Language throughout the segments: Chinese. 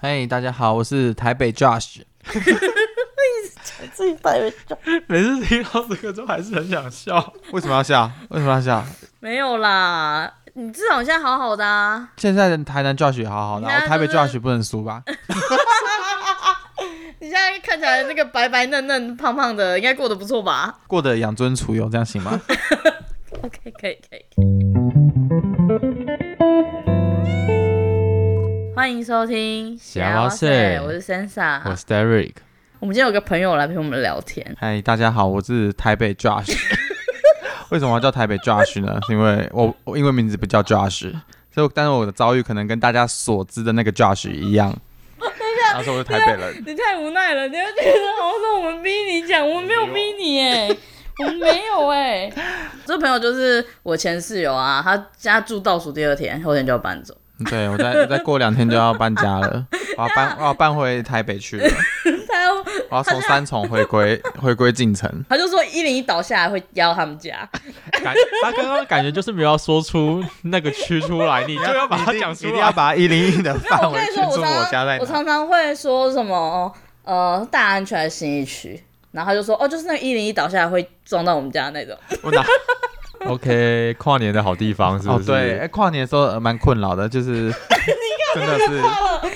嘿、大家好，我是台北 Josh。自己带回去。每次听到这个都还是很想笑。为什么要笑？为什么要笑？没有啦，你至少现在好好的啊。现在的台南 Josh 也好好的，你看我台北就是 Josh 不能输 吧？你现在看起来那个白白嫩嫩、胖胖的，应该过得不错吧过得养尊处优，这样行吗？ ？OK，可以，可以。欢迎收听《想要睡我是 Sensa。我是 Derek。我们今天有个朋友来陪我们聊天，嗨，大家好，我是台北 Josh。为什么要叫台北 Josh 呢？是因为我我英文名字不叫 Josh，所以但是我的遭遇可能跟大家所知的那个 Josh 一 样。他说我是台北人，你太无奈了，你会觉得好像是我们逼你讲，我们没有逼你哎、 我们没有哎、这朋友就是我前室友啊，他家住倒数第二天，后天就要搬走。对我再我再过两天就要搬家 了，我要搬我要搬回台北去了，他要我要从三重回归 回归进城。他就说一零一倒下来会压到他 们家，感他刚刚感觉就是没有要说出那个区出来，你就要把它讲一出定要来。把一零一的那范我围跟你去说，我住常我家在常哪？我常常会说什么呃大安区还是新一区，然后他就说哦就是那个一零一倒下来会撞到我们家那种， 我哪？ OK，跨年的好地方是哦不是？对，哎，跨年的时候呃蛮困扰的，就是 真的是，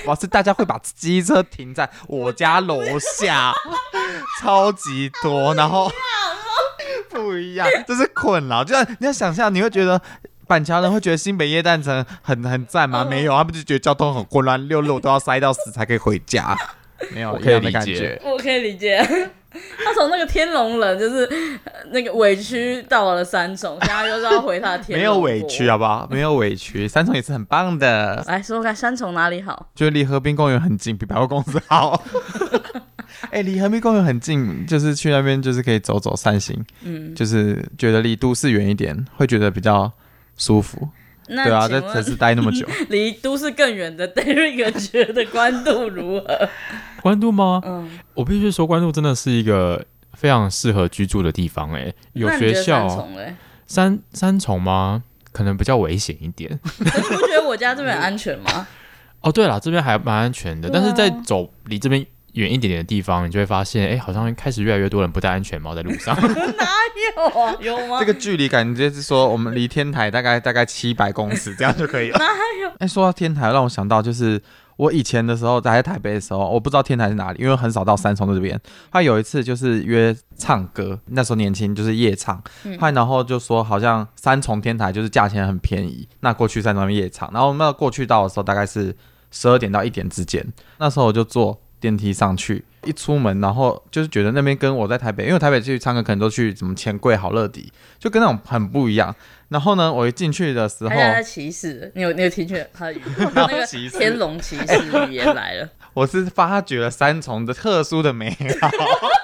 哇，是大家会把机车停在我家楼下，超级多，然后不一样，这是困扰。就像你要想象，你会觉得。呃板桥人会觉得新北夜诞城很很赞吗？没有，他们就觉得交通很混乱，六路都要塞到死才可以回家，没有我一可以样的理感解觉。我可以理解。 他从那个天龙人就是呃那个委屈到了三重，现在又是要回他的天 没有委屈啊。好不好？没有委屈，三重也是很棒的。来说说看三重哪里好？觉得离河滨公园很近，比百货公司 好。哎、离河滨公园很近，就是去那边就是可以走走散心，嗯，就是觉得离都市远一点，会觉得比较舒服。那对啊，请在问城市待那么 久，离都市更远的 Derek 觉得关渡如何？关渡吗？嗯，我必须说，关渡真的是一个非常适合居住的地方、哎，有那你学觉得啊三校，重嘞？ 三三重吗？可能比较危险一点。可是你不觉得我家这边很安全吗？哦，对了，这边还蛮安全的，对啊但是在走离这边远一点点的地方，你就会发现，哎、好像开始越来越多人不戴安全帽在路上。 有啊，有吗？这个距离感就是说，我们离天台大概大概七百公尺，这样就可以 了。哎、说到天台，让我想到就是我以前的时候，还在台北的时候，我不知道天台是哪里，因为很少到三重这边。他有一次就是约唱歌，那时候年轻就是夜唱，他、然后就说好像三重天台就是价钱很便宜，那过去三重那边夜唱，然后我们那过去到的时候大概是十二点到一点之间，那时候我就坐电梯上去。一出门，然后就是觉得那边跟我在台北，因为我台北去唱歌可能都去什么钱柜、好乐迪，就跟那种很不一样。然后呢，我一进去的时候他，现在在歧视，你有你有听见他的语言？那 个歧视天龙骑士语言来了，我是发掘了三重的特殊的美好。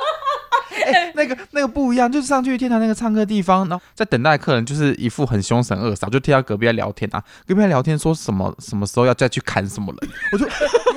哎，那个那个不一样，就是上去天台那个唱歌地方，然后在等待客人，就是一副很凶神恶煞，就听到隔壁在聊天啊，隔壁在聊天说什么什么时候要再去砍什么人，我就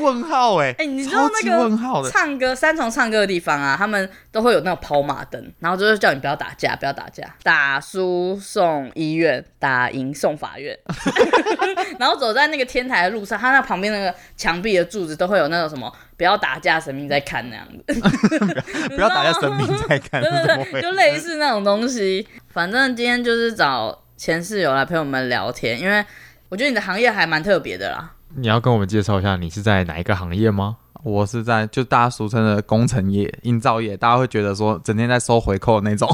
问号哎、 哎你知道超那个级问号的，唱歌三重唱歌的地方啊，他们都会有那种跑马灯，然后就是叫你不要打架，不要打架，打输送医院，打赢送法院。 然后走在那个天台的路上，他那旁边那个墙壁的柱子都会有那种什么“不要打架，神明在看”那样子。不要打架神明在看，对是怎么回对对，就事？类似那种东西。反正今天就是找前室友来陪我们聊天，因为我觉得你的行业还蛮特别的啦。 你要跟我们介绍一下，你是在哪一个行业吗？我是在就大家俗称的工程业、营造业，大家会觉得说整天在收回扣的那 种，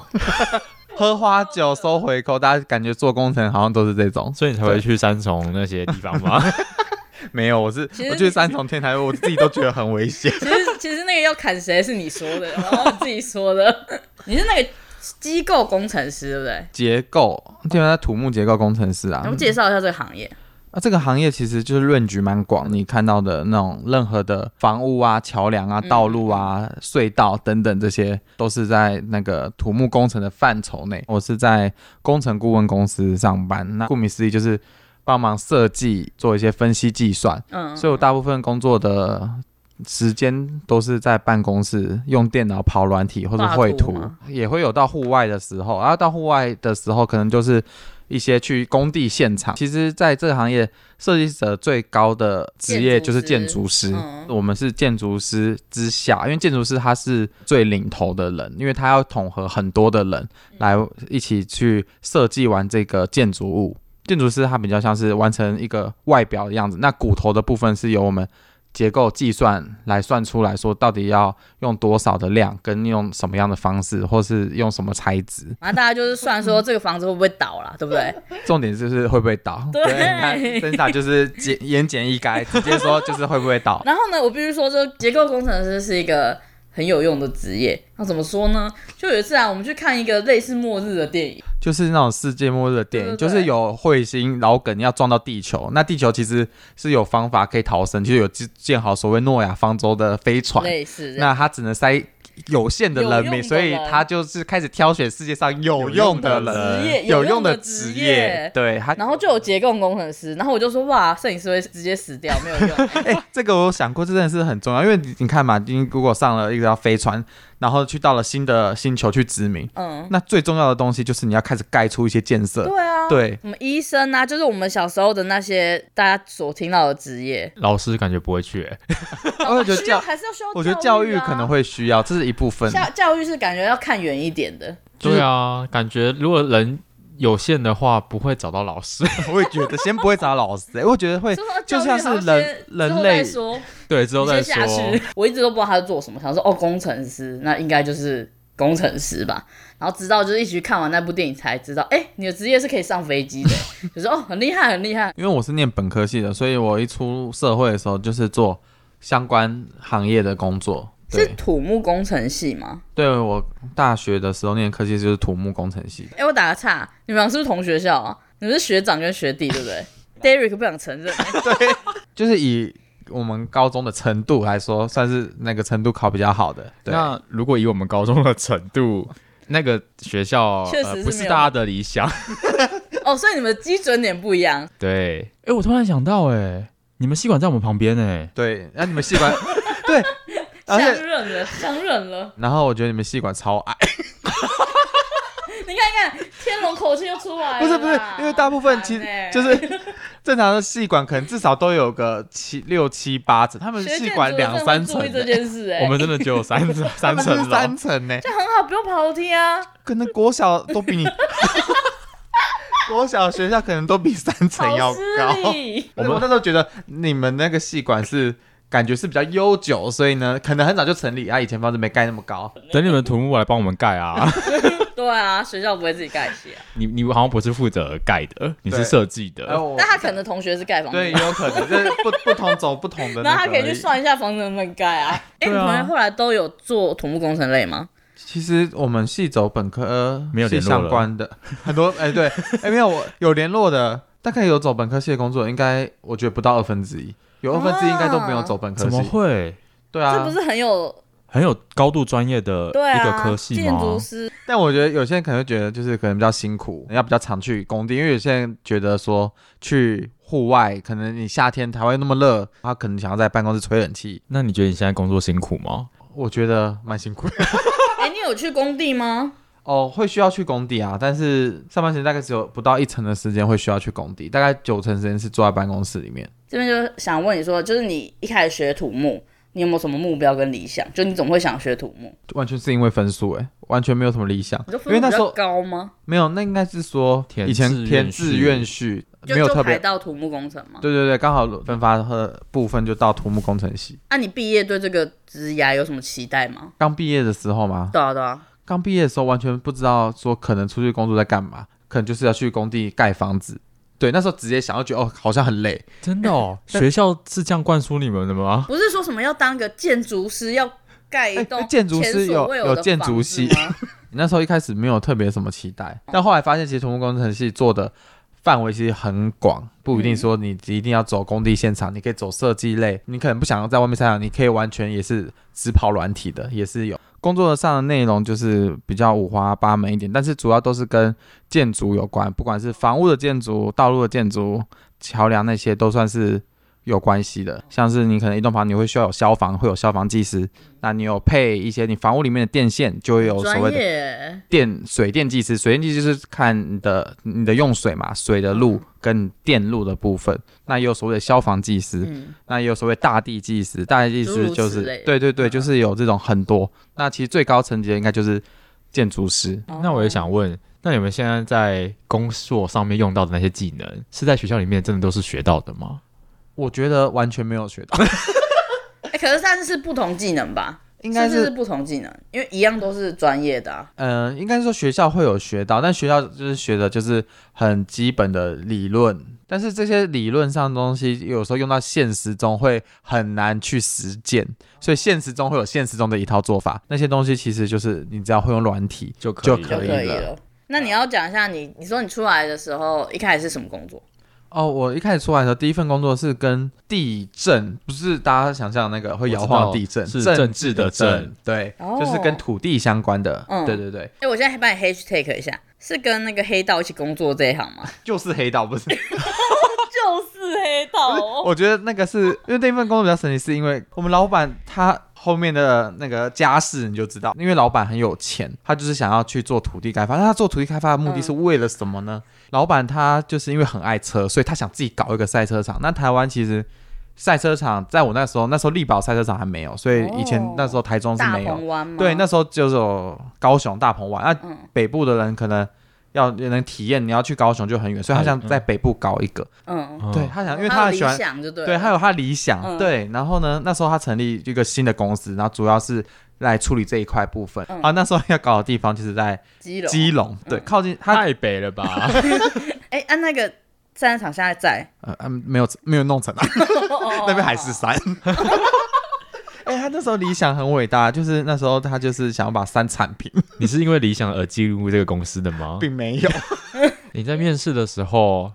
喝花酒收回扣，大家感觉做工程好像都是这种。所以你才会去三重那些地方 吗？没有，我是其实我去三重天台，我自己都觉得很危险。其实其实那个要砍谁是你说的，然后你自己说的， 你是那个机构工程师对不对？ 结构，基本上土木结构工程师啊我，们介绍一下这个行业。啊，这个行业其实就是论局蛮广，你看到的那种任何的房屋啊、桥梁啊、道路啊、嗯隧道等等，这些都是在那个土木工程的范畴内。我是在工程顾问公司上班，那顾名思义就是帮忙设计、做一些分析计算，嗯，所以我大部分工作的时间都是在办公室用电脑跑软体或者绘画图图吗，啊也会有到户外的时候。然后到户外的时候，可能就是一些去工地现场。其实，在这个行业，设计者最高的职业就是建筑师。建筑师嗯我们是建筑师之下，因为建筑师他是最领头的人，因为他要统合很多的人来一起去设计完这个建筑物。建筑师他比较像是完成一个外表的样子，那骨头的部分是由我们结构计算来算出来说，到底要用多少的量，跟用什么样的方式，或是用什么材质。反正大家就是算说这个房子会不会倒啦，对 不对？重点就是会不会倒。对。你看 Sensa 就是简言简意赅，直接说就是会不会倒然后呢，我必须说，这结构工程师是一个很有用的职业。那怎么说呢？就有一次啊，我们去看一个类似末日的电影，就是那种世界末日的电影，对对对就是有彗星老梗要撞到地球，那地球其实是有方法可以逃生，就是有建建好所谓诺亚方舟的飞船，类似这样那他只能塞有限的人有用的名，人所以他就是开始挑选世界上有用的有用的职人、业有用有用的职职业对，他然后就有结构工程师，然后我就说哇，摄影师会直接死掉，没有用。哎这个我想过，这真的是很重要，因为你你看嘛，你如果上了一条飞船，然后去到了新的星球去殖民，嗯，那最重要的东西就是你要开始盖出一些建设。对啊，，对，什么医生啊，就是我们小时候的那些大家所听到的 职业，老师感觉不会去、欸，哦我觉得需教，要哦还是要需啊要、我觉得教育可能会。会需要，这是一部分。教教育是感觉要看远一点的，就是对啊，感觉如果人有限的话，不会找到老 师。 我也觉得，先不会找老师、欸，我觉得会就说就教育像是好人先人之后类再说，对，之后再你先下说去。。 我一直都不知道他是做什么，想说哦，工程师，那应该就是工程师吧。然后直到就是一起去看完那部电影才知道，哎、你的职业是可以上飞机的， 就是哦，很厉害，很厉害。因为我是念本科系的，所以我一出社会的时候就是做相关行业的工作。是对，土木工程系吗？对我大学的时候念科系就是土木工程系，哎、我打个岔，你们俩是不是同学校啊？你们是学长跟学弟，对不 对？Derek 不想承认、就是以我们高中的程度来说，算是那个程度考比较好的。对， 那如果以我们高中的程度，那个学校确实是呃、不没是有大家的理想。哦，所以你们的基准点不一样。对， 哎、我突然想到、哎，你们系管在我们旁边、哎，对，那你们系管 对，而相且认了，相认了！然后我觉得你们系管超矮，你看，你看，天龙口气就出来了啦。不是不是，因为大部分很其实哎烦欸就是 正常的系管可能至少都有个七六七八层，他们学系建管筑两真的三注层意欸、这件事哎、 我们真的只有 三他三们层是楼三。层呢、这样很好，不用爬楼梯啊，可能国小都 比你，国小学校可能都比三层要好失高。礼。我们那时候觉得你们那个系馆是感觉是比较悠久，所以呢，可能很早就成立啊，以前房子没盖那么高。等你们土木来帮我们盖啊！ 对啊，学校不会自己盖起啊，你你好像不是负责盖的，你对是设计的。哎我但他可能的同学是盖房子，对，也有可能就是不不同走不同的。然后他可以去。算一下房子能不能 盖啊。哎、你对啊同学后来都有做土木工程类吗？其实我们系走本科没有系联络了相关的 很多，哎、对，哎、没有我有联络的，大概有走本科系的工作，应该我觉得不到二分之一，有二分之一应该都没有走本科啊怎么系。会？对啊，这不是很有很有高度专业的对一个啊科，系建吗？筑师但我觉得有些人可能会觉得，就是可能比较辛苦，要比较常去工地，因为有些人觉得说去户外，可能你夏天台湾又那么热，他可能想要在办公室吹冷气。那你觉得你现在工作辛苦吗？我觉得蛮辛苦的哎、你有去工地吗？哦，会需要去工地啊，但是上班时间大概只有不到一成的时间会需要去工地，大概九成时间是坐在办公室里面。这边就是想问你说，就是你一开始学土木，你有没有什么目标跟理想？就你总会想学土木，完全是因为分数哎、完全没有什么理想你就，因分为数那比时较候高吗？没有，那应该是说填以前志填愿志序愿序就没有特就排别，到土木工程吗？对对对，刚好分发的部分就到土木工程系。啊那、你毕业对这个职涯有什么期待吗？刚毕业的时候嘛，对啊，对啊，刚毕业的时候完全不知道说可能出去工作在干嘛，可能就是要去工地盖房子。对，那时候直接想要觉得哦，好像很累，真的 哦，学校是这样灌输你们的吗？不是说什么要当个建筑师，要盖一栋哎建筑师有前所未有的有建筑系房子吗那时候一开始没有特别什么期待，但后来发现其实土木工程系做的范围其实很广，不一定说你一定要走工地现场，你可以走设计类，你可能不想要在外面现场，你可以完全也是只跑软体的，也是有。工作上的内容就是比较五花八门一点，但是主要都是跟建筑有关，不管是房屋的建筑、道路的建筑、桥梁那些，都算是有关系的，像是你可能一栋房你会需要有消防，会有消防技师，那你有配一些你房屋里面的电线，就 会有所谓专的业电水电技师，水电技师就是看你的你的用水嘛，水的嗯路跟电路的部分。那也有所谓的消防技师，嗯那也有所谓大地技师，大地技诸如师此就是类对对对，嗯就是有这种很多。那其实最高层级的应该就是建筑师，哦那我也想问，那你们现在在工作上面用到的那些技能，是在学校里面真的都是学到的吗？我觉得完全没有学到，哎、可是但是是不同技能吧？ 应该是不是不同技能，因为一样都是专业的、啊。嗯，应该是说学校会有学到，但学校就是学的就是很基本的理论，但是这些理论上的东西有时候用到现实中会很难去实践，所以现实中会有现实中的一套做法，那些东西其实就是你只要会用软体就可以了就可以可以了了。那你要讲一下你，你说你出来的时候一开始是什么工作？哦。我一开始出来的时候，第一份工作是跟地震，不是大家想象的那个会摇晃的地震，我知道政是政治治的的震震，对，哦就是跟土地相关的，嗯对对对，哎、我现在帮你 hashtag 一下，是跟那个黑道一起工作这一行吗？就是黑道不是。 就是黑道哦我觉得那个是因为那份工作比较神奇，是因为我们老板他后面的那个家世你就知道，因为老板很有钱，他就是想要去做土地开发。那他做土地开发的目的是嗯为了什么呢？老板他就是因为很爱车，所以他想自己搞一个赛车场。那台湾其实。赛车场在我那时候，那时候力宝赛车场还没有，所以以前哦那时候台中是大没有。鹏湾吗？对，那时候就是有高雄大鹏湾，那、嗯北部的人可能要也能体验，你要去高雄就很远，所以他想在北部搞一个。嗯，对嗯他想，因为他他有很理喜欢想就对了，对，他有他理想，嗯对。然后呢，那时候他成立一个新的公司，然后主要是来处理这一块部分。嗯啊，那时候要搞的地方就是在基隆。基隆，对，靠近他，太北了吧？哎、按、那个战场现在在呃，嗯没有没有弄成 啊，哦那那边海誓 山。哎、他那时候理想很伟大，就是那时候他就是想要把山铲平， 你是因为理想而进入这个公司的吗？并没有。你在面试的时候，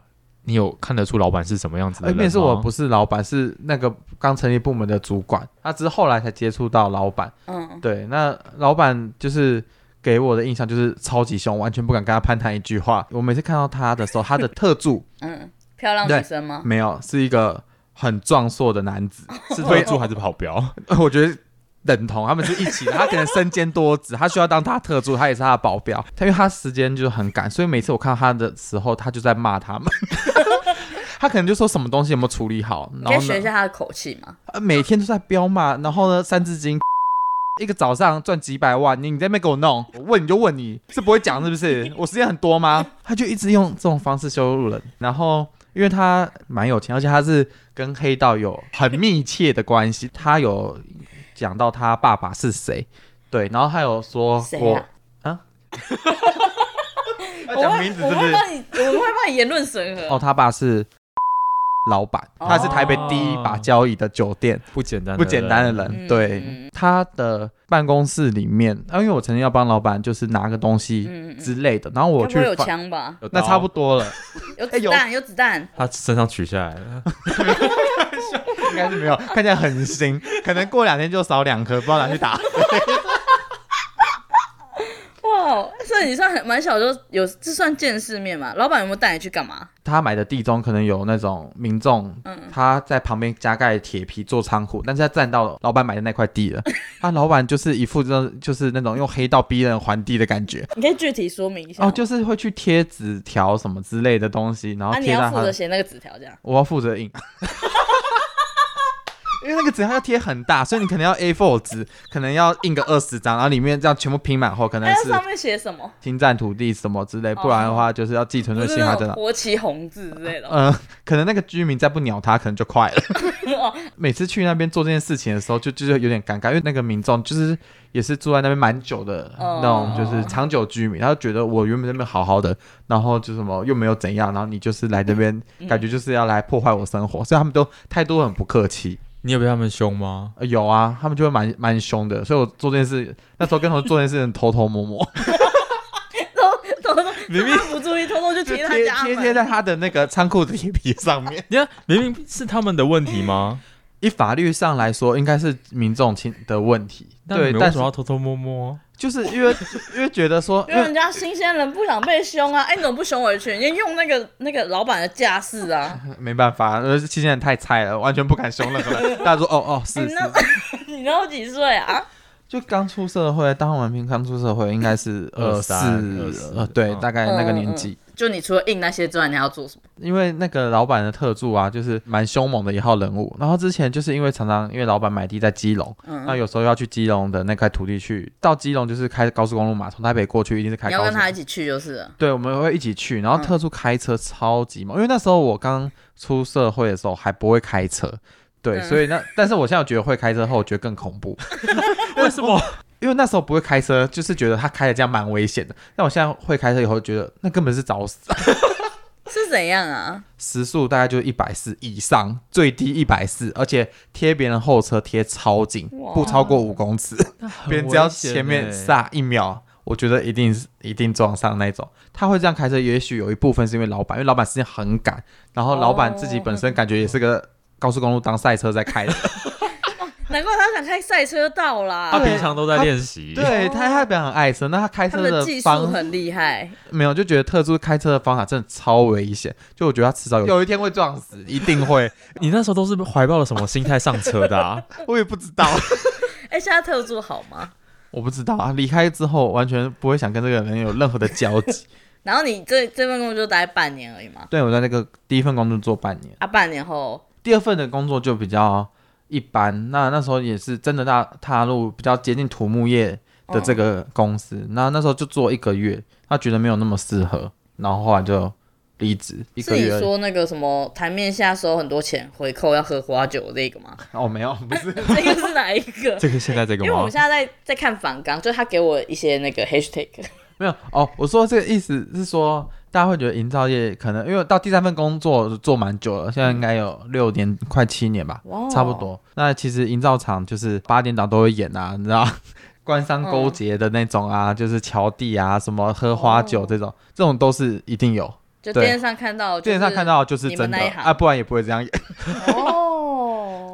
你有看得出老板是什么样子的哎，人吗？面试我不是老板，是那个刚成立部门的主管，他只是后来才接触到老板。嗯，对，那老板就是给我的印象就是超级凶，完全不敢跟他攀谈一句话。我每次看到他的时候，他的特助嗯，漂亮女生吗？没有是一个很壮硕的男子，是是推推助 助，还是跑标？我觉得。等同他们是一起的，他可能身兼多职，他需要当他特助，他也是他的保镖。他因为他时间就是很赶，所以每次我看到他的时候，他就在骂他们。 他可能就说什么东西有没有处理好，然可以后呢学一，下她的口气吗？呃，每天都在飙骂，然后呢，三字经， 一个早上赚几百万，你你在那边给我弄，我问你就问你是不会讲是不 是？我时间很多吗？他就一直用这种方式羞辱人，然后因为他蛮有钱，而且他是跟黑道有很密切的关系， 他有讲到他爸爸是谁，对，然后他有说谁我啊 啊，要我讲会名字我是不会是？帮你，我们会帮你言论审核。哦，他爸是老板，他是台北第一把交椅的酒店。不简单，不简单的人，嗯对、嗯他的办公室里面，啊，因为我曾经要帮老板就是拿个东西嗯，嗯嗯，之类的，然后我该不去会有啊翻，枪吧？有刀，那差不多了，有哎子有弹，有子弹。他身上取下来了。应该是没有， 看起来很新，可能过两天就少两颗，不知道拿去 打。哇，所以你算很蛮小就有，这算见世面嘛？老板有没有带你去干嘛？他买的地中可能有那种民众，嗯他在旁边加盖铁皮做仓库，但是他占到老板买的那块地了， 他老板就是一副这种就是那种用黑道逼人还地的感觉，你可以具体说明一下吗。哦，就是会去贴纸条什么之类的东西，然后啊，你贴到要他负的责写那个纸条，这样。我要负责 印。因为那个纸它要贴很大，所以你可能要 A4 纸，可能要印个二十张，然后里面这样全部拼满后，可能哎，是上面写什么？侵占土地什么之类，不然的话就是要寄存不在是信那华证种上。国旗红字之 类的吗。嗯、可能那个居民再不鸟他，可能就快了。哦每次去那边做这件事情的时候，就就是有点尴尬，因为那个民众就是也是住在那边蛮久的、哦那种，就是长久居民，他就觉得我原本在那边好好的，然后就什么又没有怎样，然后你就是来这边，嗯感觉就是要来破坏我生活，所以他们都态度很不客气。你有被他们凶吗？呃有啊，他们就会蛮蛮凶的，所以我做这件事，那时候跟同事做这件事情偷偷摸 摸，偷 偷偷明明他不注意，偷偷就就贴贴他家贴贴门。 在他的那个仓库的铁皮上面。你看，明明是他们的问题吗？以法律上来说，应该是民众亲的问题。那你对，们为但什是么要偷偷摸摸？就是因为 因为觉得说，因因为为人家新鲜人不想被凶啊，哎、你怎么不凶回去？你用那个那个老板的架势啊， 没办法，呃，新鲜人太菜了，完全不敢凶任何人。大家说，哦哦，是你是那，你那都几岁啊？就刚出社会，当完兵刚出社会，应该是 二四23 24呃，对，嗯大概那个年纪。就你除了印那些之外，你还要做什么？因为那个老板的特助啊，就是蛮凶猛的一号人物。然后之前就是因为常常因为老板买地在基隆，嗯那有时候要去基隆的那块土地去，到基隆就是开高速公路嘛，从台北过去一定是开你高速要公跟路。他一起去就是了。对，我们会一起去，嗯然后特助开车超级猛，因为那时候我刚出社会的时候还不会开车，对，嗯所以那但是我现在觉得会开车后，我觉得更恐 怖，为什么？因为那时候不会开车，就是觉得他开的这样蛮危险的。但我现在会开车以后，觉得那根本是找死，是怎样啊？时速大概就一百四以上，最低一百四，而且贴别人后车贴超紧，哇不超过五公尺， 别人只要前面上，刹一秒，我觉得一定是一定撞上那种。他会这样开车，也许有一部分是因为老板，因为老板时间很赶，然后老板自己本身感觉也是个高速公路当赛车在开的， 难怪他想开赛车道啦，啊他平常都在练习。 对他他表很爱车，那他开他车们的技术方很 厉害。没有，就觉得特殊开车的方法真的超危险，就我觉得他迟早有有一天会撞死，一定会，你那时候都是怀抱了什么心态上车的啊？ 我也不知道。哎、现在特助好吗？ 我不知道啊，离开之后完全不会想跟这个人有任何的交集。 然后你这这份工作就待半年而已嘛，对我在那个第一份工作做半年，啊，半年后第二份的工作就比较一般。那那时候也是真的大踏入比较接近土木业的这个公司，那那时候就做一个月，他觉得没有那么适合，然后后来就离职一是个你月而已。说那个什么台面下收很多钱回扣要喝花酒这个吗？ 哦，没有，不是，这个是哪一个？这个现在这个因为我吗们？现在在在看反纲，就是他给我一些那个 hashtag， 没有哦。我说这个意思是说，大家会觉得营造业可能因为到第三份工作做蛮久了，现在应该有六年快七年吧。哇哦差不。多。那其实营造厂就是八点档都会演啊，你知 道，官商勾结的那种啊，嗯就是桥地啊，什么喝花酒这种，这种都是一定有。哦就对电视上看到，电视上看到就是你们真的那一行啊，不然也不会这样演。， 哦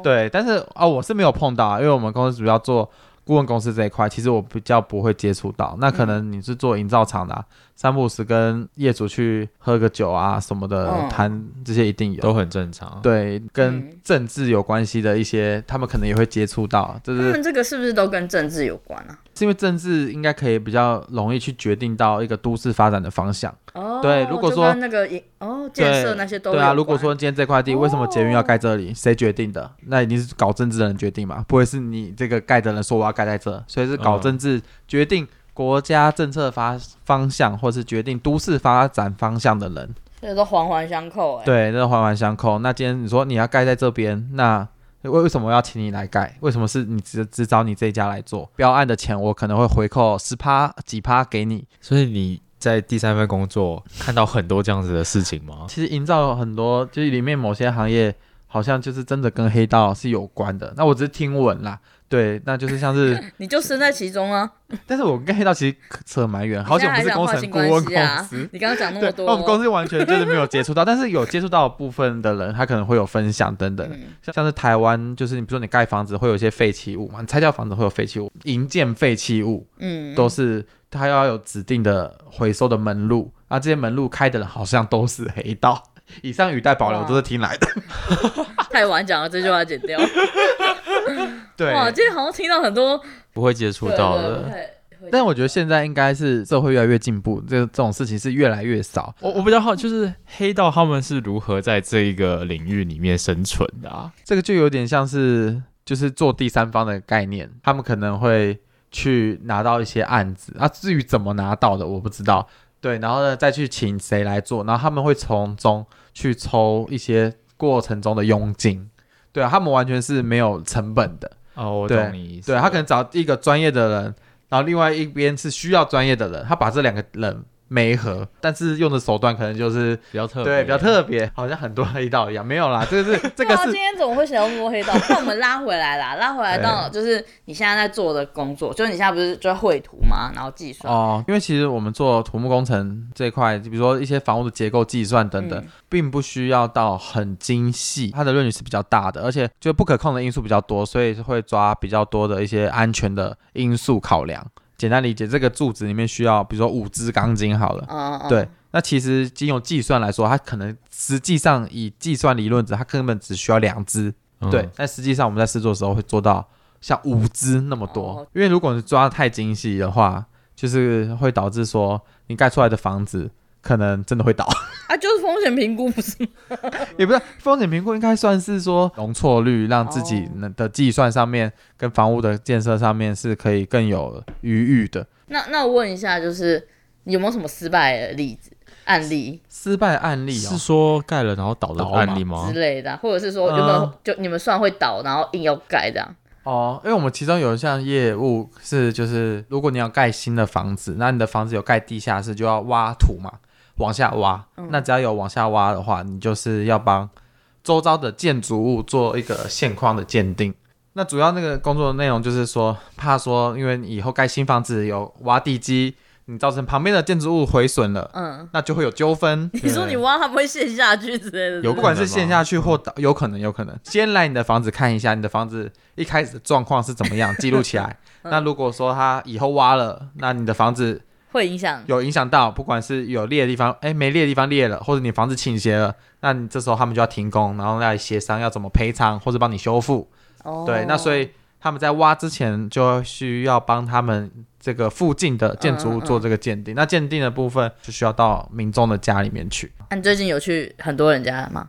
对，但是啊、我是没有碰到、啊，因为我们公司主要做顾问公司这一块，其实我比较不会接触到。那嗯可能你是做营造厂的、啊，三不五时跟业主去喝个酒啊什么的，嗯谈、这些一定有。都很正常。对，嗯跟政治有关系的一些，他们可能也会接触到，这他是们这个是不是都跟政治有关啊？是因为政治应该可以比较容易去决定到一个都市发展的方向。哦，对如果就说跟那个也哦建设那些都对有啊，关哦如果说今天这块地为什么捷运要盖这里，谁决定的？那一定是搞政治的人决定嘛，不会是你这个盖的人说我要盖在这，所以是搞嗯政治决定国家政策发方向，或是决定都市发展方向的人。这都环环相扣哎、对，这环环相扣。那今天你说你要盖在这边，那为为什么要请你来盖？为什么是你只只找你这一家来做？标案的钱我可能会回扣十趴几趴给你。所以你在第三份工作看到很多这样子的事情吗？其实营造很多，就是里面某些行业好像就是真的跟黑道是有关的。那我只是听闻啦，对，那就是像 是，你就身在其中啊！但是我跟黑道其实扯蛮远，好久不你是现在还工想划程清顾问关系公啊司。！ 你刚刚讲那对么，多，那我们公司完全就是没有接触到，但是有接触到部分的人，他可能会有分享等等的，嗯像像是台湾，就是你比如说你盖房子会有一些废弃物嘛，你拆掉房子会有废弃物，营建废弃物，嗯都是它要有指定的回收的门路，啊，这些门路开的人好像都是黑道。 以上语带保留哇都是听来的，太晚讲了，这句话剪掉。 对。哇，今天好像听到很多不会接触到对的。对对会但我觉得现在应该是社会越来越进步，这这种事情是越来越少。我我比较好，就是黑道他们是如何在这一个领域里面生存的啊？这个就有点像是就是做第三方的概念，他们可能会去拿到一些案子啊，至于怎么拿到的我不知道。对，然后呢再去请谁来做，然后他们会从中去抽一些过程中的佣金。对啊，他们完全是没有成本的。哦，我对懂你意思。对他可能找一个专业的人，然后另外一边是需要专业的人，他把这两个人媒合，但是用的手段可能就是比较特别对比较特别，好像很多黑道一样。没有啦，这个是 这个对啊，今是天怎么会想要摸黑道？ 那我们拉回来啦，拉回来到就是你现在在做的工作，就是你现在不是就在绘图嘛，然后计算，哦，因为其实我们做土木工程这一块，就比如说一些房屋的结构计算等等，嗯并不需要到很精细，它的论据是比较大的，而且就不可控的因素比较多，所以会抓比较多的一些安全的因素考量。简单理解，这个柱子里面需要，比如说五支钢筋好了。嗯嗯，对，那其实经由计算来说，它可能实际上以计算理论值，它根本只需要两支。嗯对，但实际上我们在试做的时候会做到像五支那么多，哦因为如果你抓的太精细的话，就是会导致说你盖出来的房子可能真的 会倒，啊，就是风险评估不是吗？也不是风险评估，应该算是说容错率，让自己哦能的计算上面跟房屋的建设上面是可以更有余裕的。那那我问一下，就是有没有什么失败的例子、案例失败案例、哦、是说盖了然后倒的倒吗案例吗之？类的，啊或者是说有没有哦嗯就你们算会倒，然后硬要改这样？ 哦，因为我们其中有一项业务是，就是如果你要盖新的房子，那你的房子有盖地下室，就要挖土嘛，往下挖。那只要有往下挖的话，你就是要帮周遭的建筑物做一个现况的鉴定。那主要那个工作的内容就是说，怕说因为你以后盖新房子有挖地基，你造成旁边的建筑物毁损了，嗯，那就会有纠纷。你说你挖他们会陷下去之类的，有不是管不是陷下去或倒，有可能，有可能。先来你的房子看一下，你的房子一开始的状况是怎么样，记录起 来。那嗯如果说它以后挖了，那你的房子是会影响有影响到，不管是有裂的地方，哎，没裂的地方裂了，或者你房子倾斜了，那你这时候他们就要停工，然后来协商要怎么赔偿或者帮你修复。哦。对，那所以他们在挖之前就需要帮他们这个附近的建筑嗯物嗯做这个鉴定。那鉴定的部分就需要到民众的家里面去。那你最近有去很多人家吗？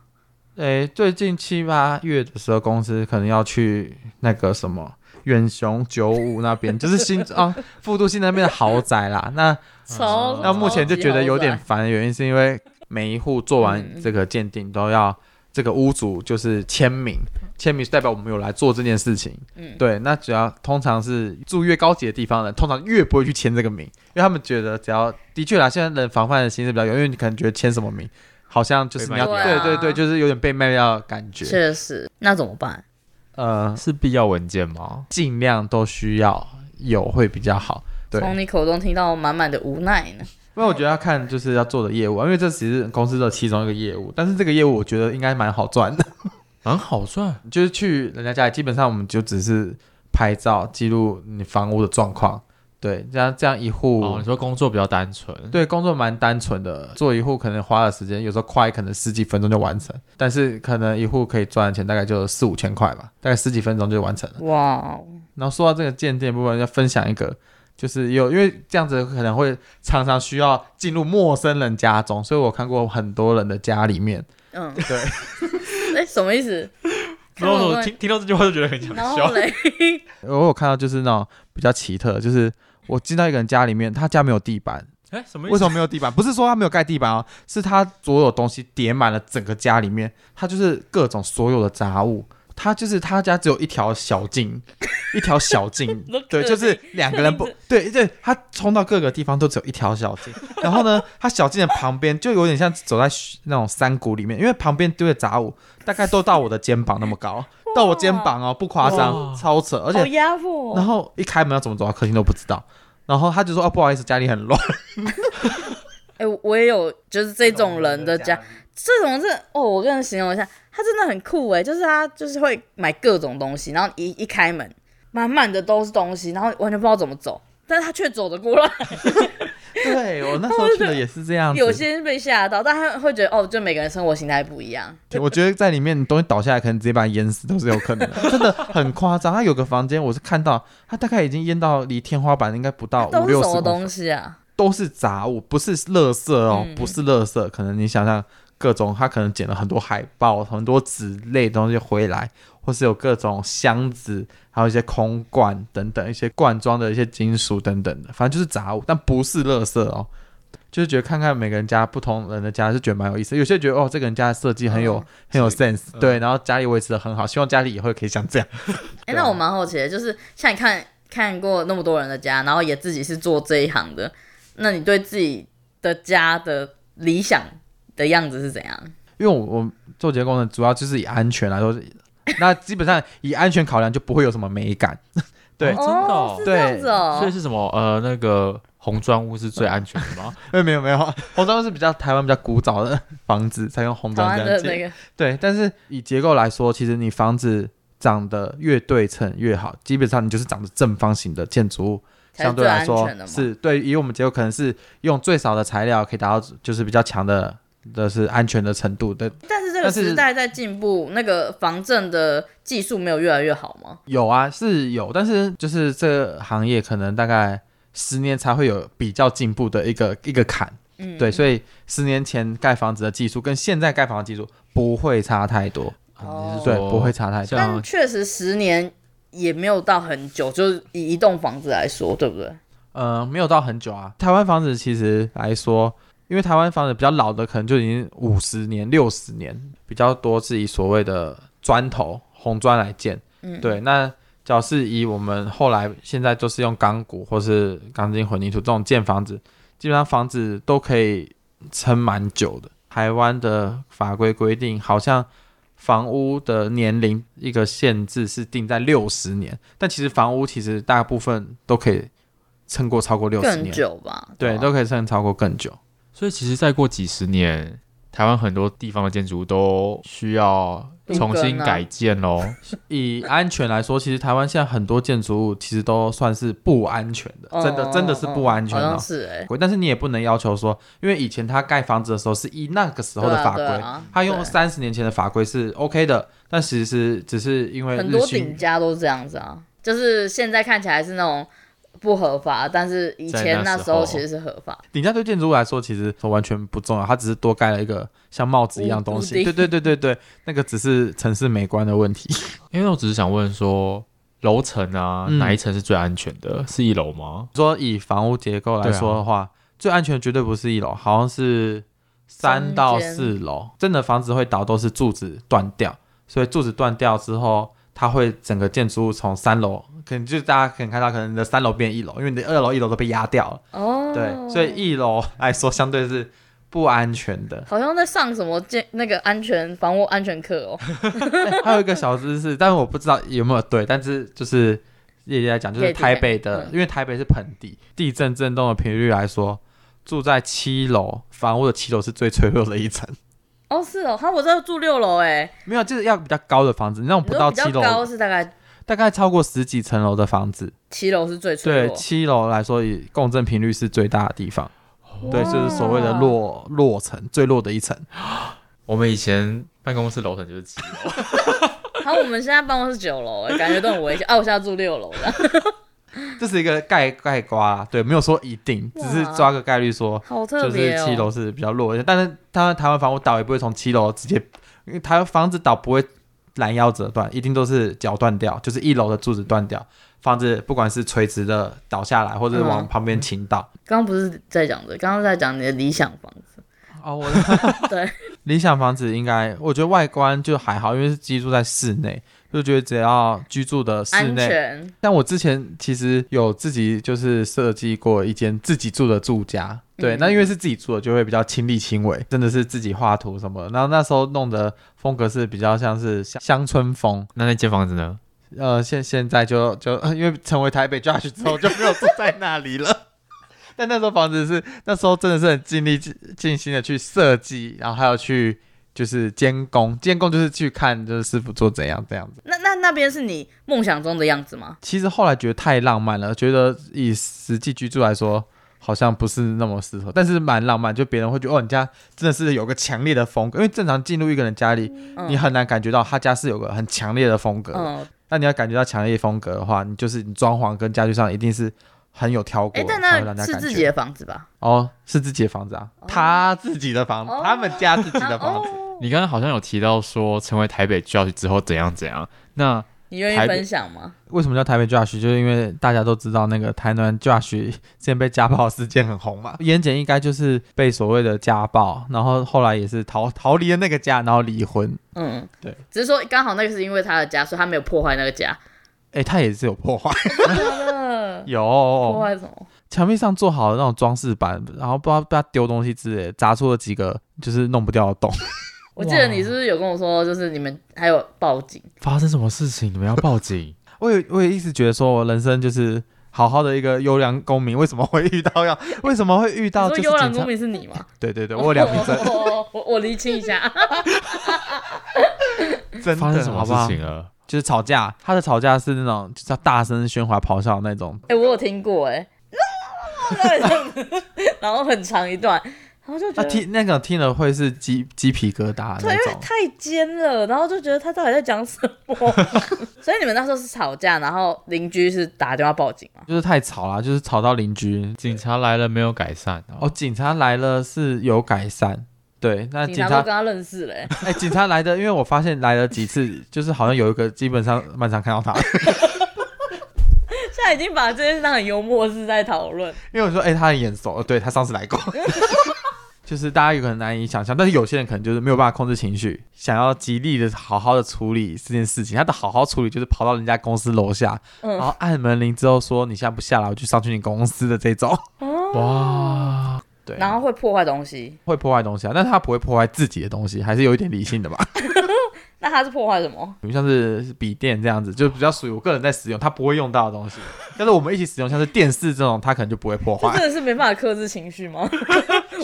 诶、最近七八月的时候，公司可能要去那个什么远雄九五那边，就是新啊富都新那边的豪宅啦。那超那目前就觉得有点超级烦的原因，是因为每一户做嗯完这个鉴定都要这个屋主就是签名，签名是代表我们有来做这件事情。嗯对。那只要通常是住越高级的地方的人，通常越不会去签这个名，因为他们觉得只要的确啦，现在人防范的心思比较有，因为你可能觉得签什么名。好像就是你要被卖对掉对对，就是有点被卖掉的感好觉。确实，那怎么办？呃，是必要文件吗？尽量都需要有会比较好。对，从你口中听到满满的无奈呢？因为我觉得要看就是要做的业务啊，因为这只是公司的其中一个业务，但是这个业务我觉得应该蛮好赚的， 蛮好赚，就是去人家家里，基本上我们就只是拍照记录你房屋的状况，对，这样这样一户、哦，你说工作比较单纯，对，工作蛮单纯的，做一户可能花的时间，有时候快，可能十几分钟就完成，但是可能一户可以赚的钱大概就四五千块吧，大概十几分钟就完成了。哇哦，然后说到这个鉴定的部分，要分享一个，就是有因为这样子可能会常常需要进入陌生人家中，所以我看过很多人的家里面，嗯，对， 哎，什么意思？然后看我我听听到这句话就觉得很想然笑后。嘞， 我有看到就是那种比较奇特的，就是我进到一个人家里面，他家没有地板， 哎，什么意为思？什么没有地板？不是说他没有盖地板哦，是他所有东西叠满了整个家里面，他就是各种所有的杂物。他就是他家只有一条小径，一条小径都，对，刻就是意两个人不对对，他冲到各个地方都只有一条小径。然后呢，他小径的旁边就有点像走在那种山谷里面，因为旁边堆的杂物大概都到我的肩膀那么高，到我肩膀哦，不夸张，哇超扯，而且好压迫然哦。后一开门要怎么走到客厅都不知道，然后他就说：“哦，不好意思，家里很乱。哎，我也有就是这种人的家，这种是哦，我跟人形容一下，他真的很酷哎，就是他就是会买各种东西，然后一一开门，满满的都是东西，然后完全不知道怎么走，但是他却走得过来。 对我那时候去的也是这样子。有些人被吓到，但他会觉得哦，就每个人生活形态不一样。我觉得在里面，你东西倒下来，可能直接把你淹死都是有可能的，真的很夸张。他有个房间，我是看到他大概已经淹到离天花板应该不到哦五 都是六什十么公分，东西啊？都是杂物，不是垃圾哦，嗯不是垃圾。可能你想想，各种他可能捡了很多海报、很多纸类的东西回来，或是有各种箱子，还有一些空罐等等，一些罐装的一些金属等等的，反正就是杂物，但不是垃圾哦。就是觉得看看每个人家不同人的家是觉得蛮有意思，有些人觉得哦这个人家的设计很有、嗯很有 sense，、对，然后家里维持的很好，希望家里以后也可以像这样。哎、对啊那我蛮好奇的，就是像你看看过那么多人的家，然后也自己是做这一行的，那你对自己的家的理想的样子是怎样？因为我我做结构呢，主要就是以安全来说，那基本上以安全考量就不会有什么美感。 对哦真的哦哦，是这样子哦。所以是什么？呃，那个红砖屋是最安全的 吗？呃，没有没有，红砖屋是比较台湾比较古早的房子才用红台砖湾这的样那建。个对，但是以结构来说，其实你房子长得越对称越好，基本上你就是长得正方形的建筑物，才是相最对来安说全的嘛。是对。以我们结构可能是用最少的材料可以达到就是比较强的的是安全的程度的。但是这个但是时代在进步，那个防震的技术没有越来越好吗？有啊，是有，但是就是这个行业可能大概十年才会有比较进步的一个一个坎。嗯，对，所以十年前盖房子的技术跟现在盖房子的技术不会差太多，哦你是对，说不会差太多。但像确实十年也没有到很久，就是以一栋房子来说，对不对？呃，没有到很久啊。台湾房子其实来说，因为台湾房子比较老的，可能就已经五十年、六十年，比较多是以所谓的砖头、红砖来建。嗯，对，那只要是以我们后来现在都是用钢骨或是钢筋混凝土这种建房子，基本上房子都可以撑蛮久的。台湾的法规规定，好像房屋的年龄一个限制是定在六十年，但其实房屋其实大部分都可以撑过超过六十更年，久吧。对，吧都可以撑超过更久。所以其实再过几十年，台湾很多地方的建筑都需要重新改建喽。以安全来说，其实台湾现在很多建筑物其实都算是不安全的，真的哦真的是不安全好的、像是哎、规，但是你也不能要求说，因为以前他盖房子的时候是依那个时候对的啊法规，对啊他用对三十年前的法规是 OK 的，但其实只是因为很日多顶新家都是这样子啊，就是现在看起来是那种不合法，但是以前在那时候时其候实是合法。顶价对建筑物来说其实完全不重要，它只是多盖了一个像帽子一样东屋屋西，顶对对对对对，那个只是城市美观的问题。因为我只是想问说，楼层啊，嗯哪一层是最安全的？是一楼吗？说以房屋结构来说的话，最安全的绝对不是一楼，好像是三到四楼。真的房子会倒都是柱子断掉，所以柱子断掉之后，它会整个建筑物从三楼，可能就是大家可能看到，可能你的三楼变一楼，因为你的二楼、一楼都被压掉了。哦，对，所以一楼来说相对是不安全的。好像在上什么健那个安全房屋安全课哦，哎 还有一个小知识，但是我不知道有没有对，但是就是业界来讲，就可以是理解台北的嗯，因为台北是盆地，地震震动的频率来说，住在七楼房屋的七楼是最脆弱的一层。 哦是哦，他我这住六楼哎、没有，就是要比较高的房子，那种你不说到比七较高楼，是大概大概超过十几层楼的房子，七楼是哦最脆对弱，七楼来说，以共振频率是最大的地方，对，哇就是所谓的落落层，最落的一层。我们以前办公室楼层就是七楼，好，我们现在办公室九楼、欸，感觉都很危险。啊，我现在住六楼的，这是一个概概刮啦，对，没有说一定，只是哇抓个概率说。好特就是别哦、七楼是比较弱一点，但是它台湾房屋倒也不会从七楼直接，因为台湾房子倒不会拦腰折断，一定都是脚断掉，就是一楼的柱子断掉，房子不管是垂直的倒下来，或者是往嗯旁边倾倒。刚刚不是在讲这，刚刚在讲你的理想房子。哦，我 对，理想房子应该，我觉得外观就还好，因为是居住在室内，就觉得只要居住的室安内。全，但我之前其实有自己就是设计过一间自己住的住家，对，嗯那因为是自己住的，就会比较亲力亲为，真的是自己画图什么的。然后那时候弄的风格是比较像是乡乡村风，那那间房子呢？呃，现现在就就 因为成为台北 judge 之后就没有住在那里了。 但那时候房子是那时候真的是很尽力尽尽心的去设计，然后还有去就是监工，监工就是去看就是师傅做怎样这样子。那那那边是你梦想中的样子吗？其实后来觉得太浪漫了，觉得以实际居住来说。好像不是那么适合，但是蛮浪漫，就别人会觉得哦，你家真的是有个强烈的风格，因为正常进入一个人家里，嗯你很难感觉到他家是有个很强烈的风格的。嗯，那你要感觉到强烈风格的话，你就是你装潢跟家具上一定是很有挑过，哎、但才会让那人家是感自觉己的房子吧？哦，是自己的房子啊，他自己的房子哦，他们家自己的啊房子，哦，你刚刚好像有提到说，成为台北 judge 之后怎样怎样。那你愿意台北分享吗？为什么叫台北 Josh？就是因为大家都知道那个台南 Josh 之前被家暴事件很红嘛。严简应该就是被所谓的家暴，然后后来也是逃逃离了那个家，然后离婚。嗯，对，只是说刚好那个是因为他的家，所以他没有 破坏那个家。 哎、他也是有破坏，真的 有破坏什么？墙壁上做好的那种装饰板，然后不知道被他丢东西之类的，砸出了几个就是弄不掉的洞。 我记得哇你是不是有跟我说，就是你们还有报警？发生什么事情？你们要报 警？我也我也一直觉得说，我人生就是好好的一个优良公民，为什么会遇到 要为什么会遇到你就说是优良警公察？民是你吗？对对对，我有良民证，我 我我厘清一下，真发生的什么好事不好？情了？就是吵架，他的吵架是那种就是要大声喧哗咆哮的那种，哎、我有听过哎、 然后很长一段，然后就觉那得听那个听了会是鸡鸡皮疙瘩的对，因那为种。太尖了，然后就觉得他到底在讲什 么。所以你们那时候是吵架，然后邻居是打电话报警吗？就是太吵啦，就是吵到邻居。警察来了没有改善？哦，警察来了是有改善，对，那警警察察都跟他认识了、欸，哎、警察来的，因为我发现来了几次，就是好像有一个基本上蛮常看到他的， 现在已经把这件事当很幽默是在讨论。因为我说哎、他很眼熟，呃对他上次 来过，就是大家有可能难以想象，但是有些人可能就是没有办法控制情绪，想要极力的好好的处理这件事情，他的好好处理就是跑到人家公司楼下，嗯然后按门铃之后说你现在不下来，我就上去你公司的这种，哇，对，哦然后会破坏东西，会破坏东西啊，但是他不会破坏自己的东西，还是有一点理性 的吧。那他是破坏什么？比如像是笔电这样子，就比较属于我个人在使用，他不会用到的东西。但是我们一起使用，像是电视这种，它可能就不会破这坏真。的是没办法克制情绪吗？我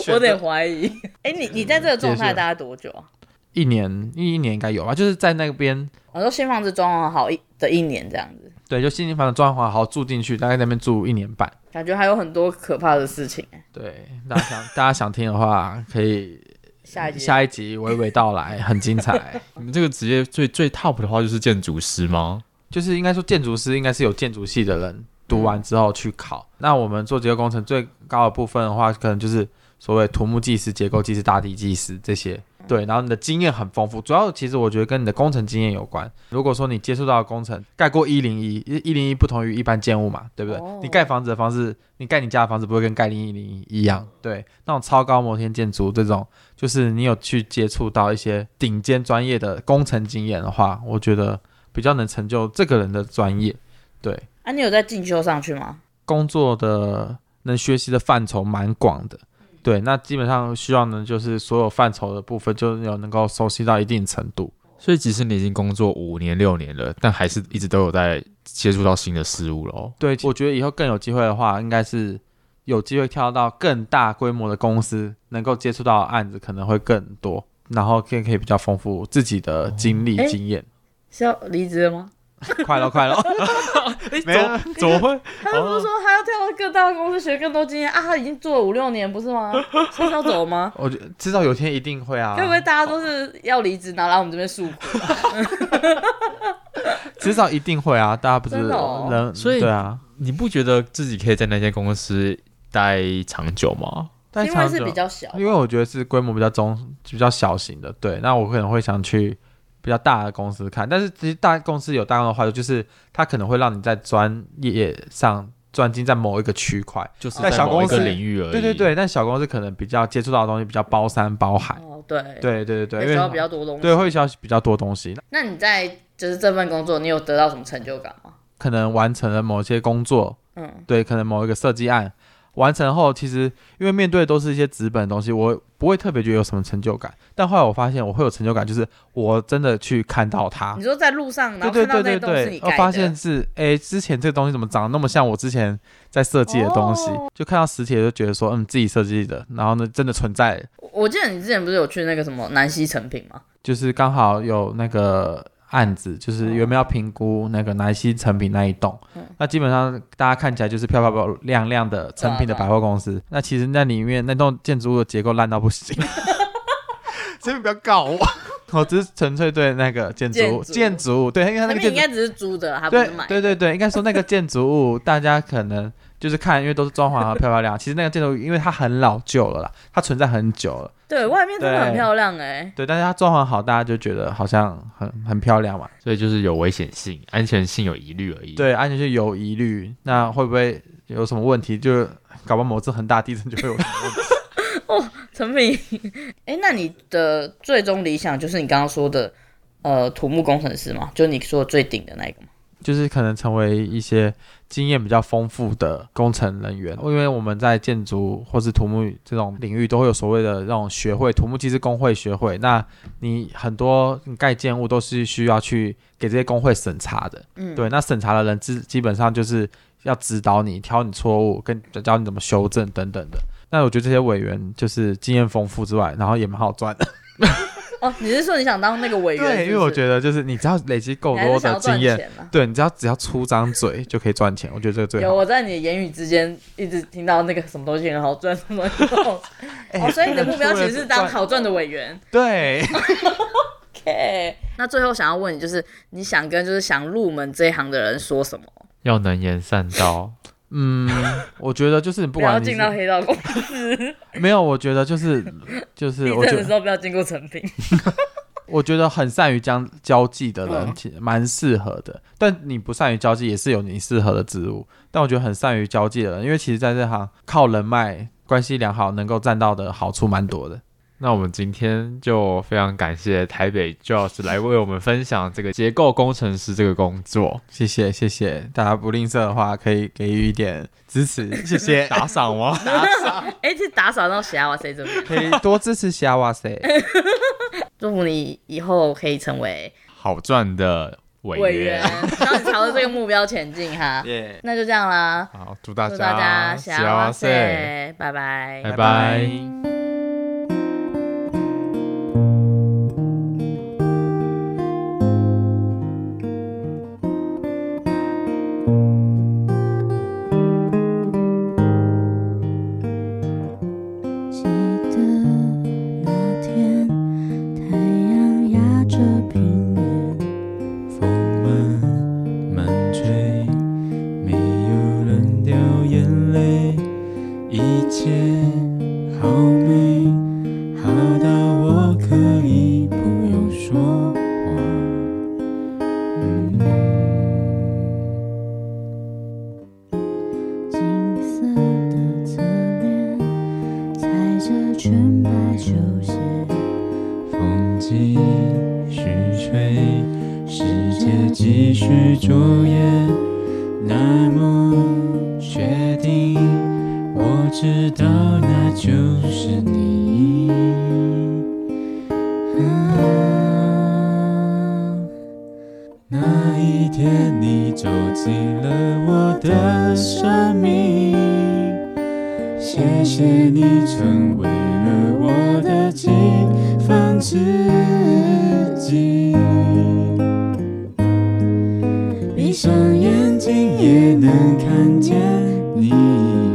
选有点择 怀疑。哎、你你在这个状也态是大概多久啊？一年一一年应该有吧，就是在那边我说新房子装潢好一的一年这样子，对，就新新房子装潢好住进去，大概在那边住一年半。感觉还有很多可怕的事情、欸。对，大家 想大家想听的话，可以下一集下一集娓娓道来，很精 彩。你们这个职业最最 top 的话就是建筑师吗？就是应该说建筑师应该是有建筑系的人读完之后去考。嗯那我们做结构工程最高的部分的话，可能就是所谓土木技师、结构技师、大地技师这些。对，然后你的经验很丰富，主要其实我觉得跟你的工程经验有关。如果说你接触到的工程盖过一零一，一零一不同于一般建物嘛，对不对？哦你盖房子的方式，你盖你家的房子不会跟盖一零一一样，对，那种超高摩天建筑这种，就是你有去接触到一些顶尖专业的工程经验的话，我觉得比较能成就这个人的专业。对，啊，你有在进修上去吗？工作的能学习的范畴蛮广的。对，那基本上需要呢，就是所有范畴的部分就有能够熟悉到一定程度。所以即使你已经工作五年六年了，但还是一直都有在接触到新的事物喽。对，我觉得以后更有机会的话，应该是有机会跳到更大规模的公司，能够接触到的案子可能会更多，然后更可以比较丰富自己的经历、哦诶经验。 是要离职了吗？快乐快乐，没啊有怎么怎么会？他们不是说他要跳到更大的公司学更多经验啊？他已经做了五六年，不 是吗？现在要走了吗？ 我觉得迟早有一天一定会啊会，不会大家都是要离职，然后来我们这边诉苦？迟早一定会啊，大家不是真的哦人，所以对啊，你不觉得自己可以在那间公司待长久吗？但因为长是久比较小，因为我觉得是规模比较中、比较小型的，对。那我可能会想去比较大的公司看，但是其实大公司有大量的坏处，就是它可能会让你在专业上专精在某一个区块。就是在小某一公司个领域而已。对对，对，但小公司可能比较接触到的东西比较包山包海。哦，对，对对对对，会需因要为比较多东西。对会需要比较多东西，那你在就是这份工作，你有得到什么成就感吗？可能完成了某些工作，嗯，对，可能某一个设计案完成后，其实因为面对都是一些纸本的东西，我不会特别觉得有什么成就感。但后来我发现我会有成就感，就是我真的去看到它你。说在路上，然对后对看到对那对栋是你对，我哦盖的，发现是诶，之前这个东西怎么长得那么像我之前在设计的东西？哦就看到实体的就觉得说，嗯，自己设计的，然后呢，真的存在，我我记得你之前不是有去那个什么南溪成品吗？就是刚好有那个案子，就是原本要评估那个南溪成品那一栋，嗯那基本上大家看起来就是漂漂亮亮的成品的百货公司，那其实那里面那栋建筑物的结构烂到不行，所以不要告 我，我只是纯粹对那个建筑物建筑建筑物对，因为它那成个品建筑应该只是租的，还不对是买。对对对，应该说那个建筑物大家可能。就是看，因为都是装潢好漂漂亮亮。其实那个建筑，物因为它很老旧了啦，它存在很久了。对，外面真的很对漂亮哎。对，但是它装潢好，大家就觉得好像很很漂亮嘛。所以就是有危险性、安全性有疑虑而已。，对，安全性有疑虑，那会不会有什么问题？就搞不好某次很大地震就会有 什么问题。成 品，哎，那你的最终理想就是你刚刚说的，呃，土木工程师嘛，就你说最顶的那一个嘛。就是可能成为一些经验比较丰富的工程人员，因为我们在建筑或是土木这种领域都会有所谓的那种学会，土木技师工会学会。那你很多你盖建物都是需要去给这些工会审查的，嗯，对，那审查的人基基本上就是要指导你、挑你错误，跟教你怎么修正等等的。那我觉得这些委员就是经验丰富之外，然后也蛮好赚的。哦，你是说你想当那个委员？对，因为我得觉得就是你只要累积够多的经验，。对你只要只要出张嘴就可以赚钱，我觉得这个最啊有好。我在你的言语之间一直听到那个什么东西很好赚，什么东西 哎哦，所以你的目标其实是当好赚的委员。对， OK，那最后想要问你，就是你想跟就是想入门这一行的人说什么？要能言善道， 嗯，我觉得就是不不要管你进到是黑道公没有，我觉得 就是就是地我震觉的时得候不要经过成品。我觉得很善于将交际的人嗯其实蛮适合的，但你不善于交际也是有你适合的职务。但我觉得很善于交际的人，因为其实在这行靠人脉关系良好能够占到的好处蛮多的。那我们今天就非常感谢台北 Josh 来为我们分享这个结构工程师这个工作，谢谢谢谢，大家不吝啬的话可以给予一点支持，谢谢 打赏吗？打赏。哎、这打扫到霞哇塞这边，可以多支持虾哇塞。祝福你以后可以成为好赚的委员。委员，然后你朝着这个目标前进 哈。耶，那就这样啦，好，祝大祝家大家霞哇幸せ塞，拜 拜。拜拜。记得那天，太阳压着平原，风慢慢吹，没有人掉眼泪，一切好美，好到我可以不用说话。嗯，金色的侧脸，踩着全白球鞋，风继续吹，世界继续作业，那么确定，我知道那就是你。啊，那一天你走进了我的生命，谢谢你成为了我的几分之几。闭上眼睛也能看见你。